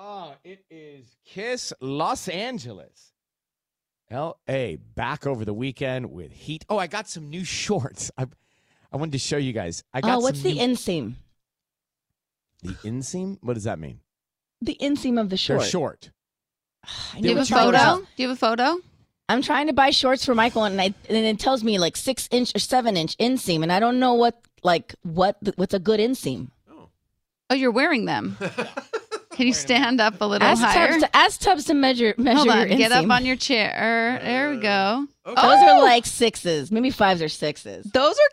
Ah, uh, it is Kiss Los Angeles. LA back over the weekend with heat. Oh, I got some new shorts. I I wanted to show you guys. I got uh, what's the new... inseam? The inseam? What does that mean? The inseam of the short. They're short. Do you have a photo? Do you have a photo? I'm trying to buy shorts for Michael, and, I, and it tells me like six inch or seven inch inseam, and I don't know what like what what's a good inseam. Oh, oh you're wearing them. Can you stand up a little ask higher? Tubbs to, ask Tubbs to measure measure Hold on, your get up on your chair. There we go. Okay. Those oh! are like sixes, maybe fives or sixes. Those are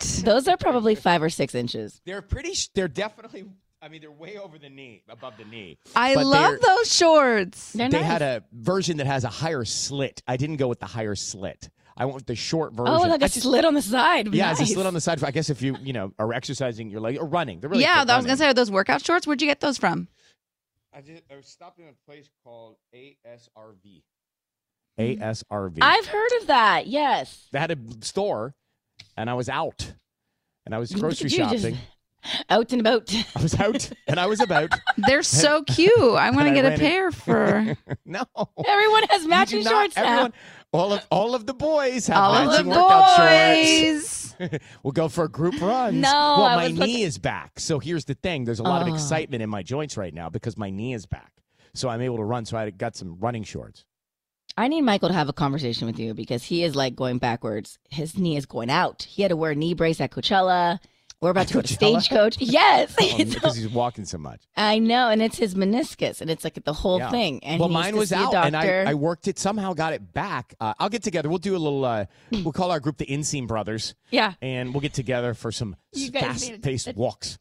Those are probably five or six inches. They're pretty. They're definitely I mean, they're way over the knee, above the knee. I love those shorts. They're they nice. had a version that has a higher slit. I didn't go with the higher slit. I went with the short version. Oh, like I a just, slit on the side. Yeah, nice. it's a slit on the side. I guess if you you know are exercising your leg or running, they're really yeah. That was gonna say, are those workout shorts? Where'd you get those from? I just I stopped in a place called ASRV. ASRV. I've heard of that. Yes. They had a store, and I was out, and I was grocery shopping. Just out and about. I was out and I was about. They're so cute. I want to get a pair in. for. no. Everyone has matching shorts now. Everyone, all of all of the boys have all matching of the boys. workout shorts. we'll go for group runs. No, well, I my knee looking... is back. So here's the thing: there's a lot oh. of excitement in my joints right now because my knee is back. So I'm able to run. So I got some running shorts. I need Michael to have a conversation with you because he is like going backwards. His knee is going out. He had to wear a knee brace at Coachella. We're about to go to stagecoach. Yes, oh, because he's walking so much. I know, and it's his meniscus, and it's like the whole yeah. thing. And well, mine was out, and I, I, worked it somehow, got it back. Uh, I'll get together. We'll do a little. Uh, we'll call our group the Inseam Brothers. Yeah, and we'll get together for some fast-paced to, walks.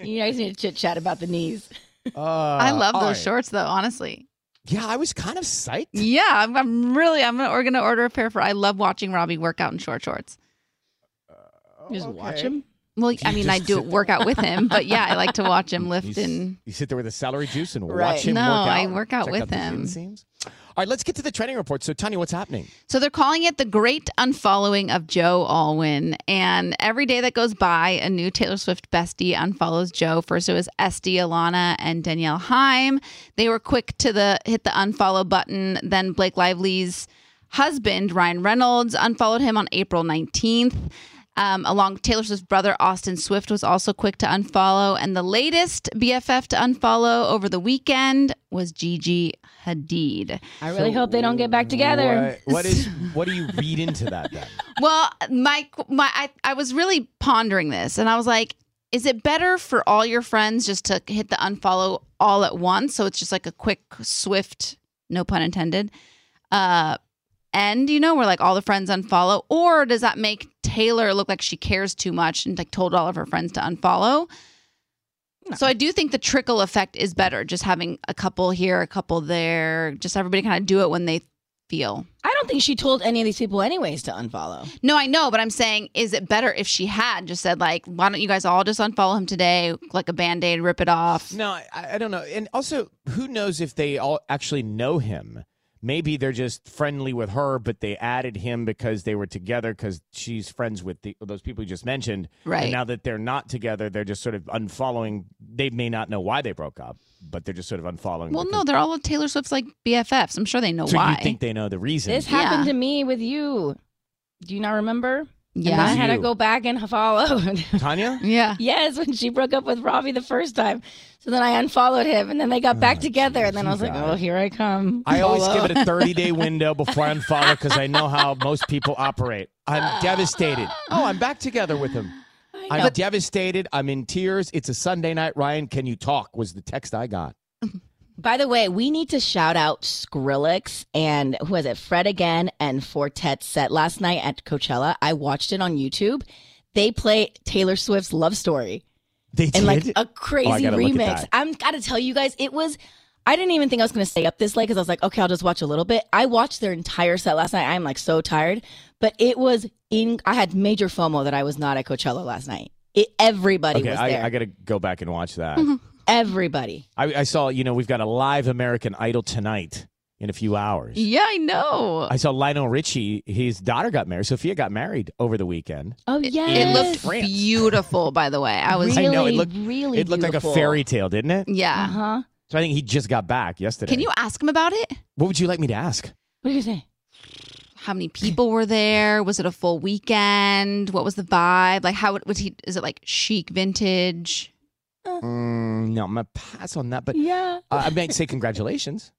You guys need to chit chat about the knees. Uh, I love those right. shorts, though. Honestly. Yeah, I was kind of psyched. Yeah, I'm, I'm really. I'm gonna, gonna, order a pair for. I love watching Robbie work out in short shorts. Just okay. watch him. Well, I mean, I do workout with him, but yeah, I like to watch him lift you, and. You sit there with a celery juice and right. watch him. No, work out, I work out with out him. All right, let's get to the trending report. So, Tanya, what's happening? So they're calling it the great unfollowing of Joe Alwyn, and every day that goes by, a new Taylor Swift bestie unfollows Joe. First, it was Esty, Alana, and Danielle Heim. They were quick to the hit the unfollow button. Then Blake Lively's husband, Ryan Reynolds, unfollowed him on April nineteenth. Um, along Taylor Swift's brother Austin Swift was also quick to unfollow, and the latest BFF to unfollow over the weekend was Gigi Hadid. I really so hope they don't get back together. what, what is? What do you read into that? Then? well, my my I, I was really pondering this, and I was like, Is it better for all your friends just to hit the unfollow all at once? So it's just like a quick, swift, no pun intended, uh, end, you know, where like all the friends unfollow? Or does that make Taylor look like she cares too much and like told all of her friends to unfollow? So I do think the trickle effect is better, just having a couple here, a couple there, just everybody kind of do it when they feel. I don't think she told any of these people, anyways, to unfollow. No, I know, but I'm saying, is it better if she had just said, like, why don't you guys all just unfollow him today, like a band aid, rip it off? No, I, I don't know. And also, who knows if they all actually know him? Maybe they're just friendly with her, but they added him because they were together because she's friends with the, those people you just mentioned. Right. And now that they're not together, they're just sort of unfollowing. They may not know why they broke up, but they're just sort of unfollowing. Well, no, because- they're all of Taylor Swift's like BFFs. I'm sure they know So you why. think they know the reason? This happened to me with you. Do you not remember? And I yeah. It had to you. go back and follow. Tanya? Yeah. yes, when she broke up with Robbie the first time. So then I unfollowed him, and then they got back Oh, together, geez, and then you I was like, guys. oh, here I come. I always Follow. give it a 30 day window before I unfollow because I know how most people operate. I'm devastated. Oh, I'm back together with him. I'm devastated. I'm in tears. It's a Sunday night. Ryan, can you talk? Was the text I got. By the way, we need to shout out Skrillex and who was it? Fred again and Fortet set last night at Coachella. I watched it on YouTube. They play Taylor Swift's Love Story They in did. Oh, like a crazy gotta look at remix. that. I'm gotta tell you guys, it was. I didn't even think I was gonna stay up this late because I was like, okay, I'll just watch a little bit. I watched their entire set last night. I'm like so tired, but it was in. I had major FOMO that I was not at Coachella last night. It, everybody okay, was there. Mm-hmm. I, I got to go back and watch that. everybody. I, I saw, you know, we've got a live American Idol tonight in a few hours. Yeah, I know. I saw Lionel Richie. His daughter got married. Sophia got married over the weekend. Oh yes, It looked France. beautiful, by the way. I was, really, I know, it looked- really. it looked beautiful. like a fairy tale, didn't it? Uh yeah. huh. So I think he just got back yesterday. Can you ask him about it? What would you like me to ask? What do you say? How many people were there? Was it a full weekend? What was the vibe? Like, how would was he? Is it like chic vintage? Mm, no, I'm gonna pass on that. But Yeah. Mm-hmm. uh, I might say congratulations.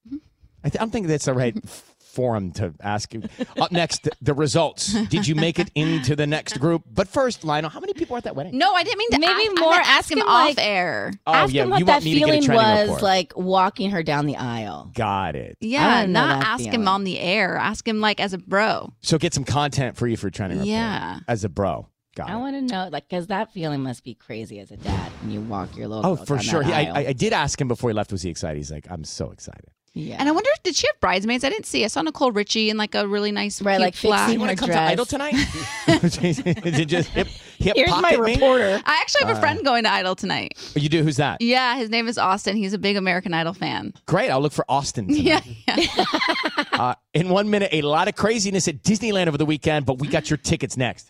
I th- I'm thinking that's the right f- forum to ask you. Up next, the results. Did you make it into the next group? But first, Lionel, how many people were at that wedding? No, I didn't mean to. Maybe ask, I meant more ask ask him him, off like- air. oh Ask yeah, him what you that want me to get feeling a training was report. like walking her down the aisle. Got it. I Yeah, don't know not that ask him feeling. on the air. Ask him like as a bro. So get some content for you for training report. Yeah. as a bro. Got I it. want to know, like, because that feeling must be crazy as a dad when you walk your little. Oh, girl for down sure. That He- I, aisle. I, I did ask him before he left. Was he excited? He's like, I'm so excited. yeah. And I wonder, did she have bridesmaids? I didn't see. I saw Nicole Richie in like a really nice, Right, cute like fixing black- her- Uh, wanna dress. tonight? Did you just hip, hip Here's my pocket me? reporter. I actually Uh. have a friend going to Idol tonight. Oh, You do? Who's that? Yeah, his name is Austin. He's a big American Idol fan. Great. I'll look for Austin. Tonight. Yeah, yeah. Uh, in one minute, a lot of craziness at Disneyland over the weekend, but we got your tickets next.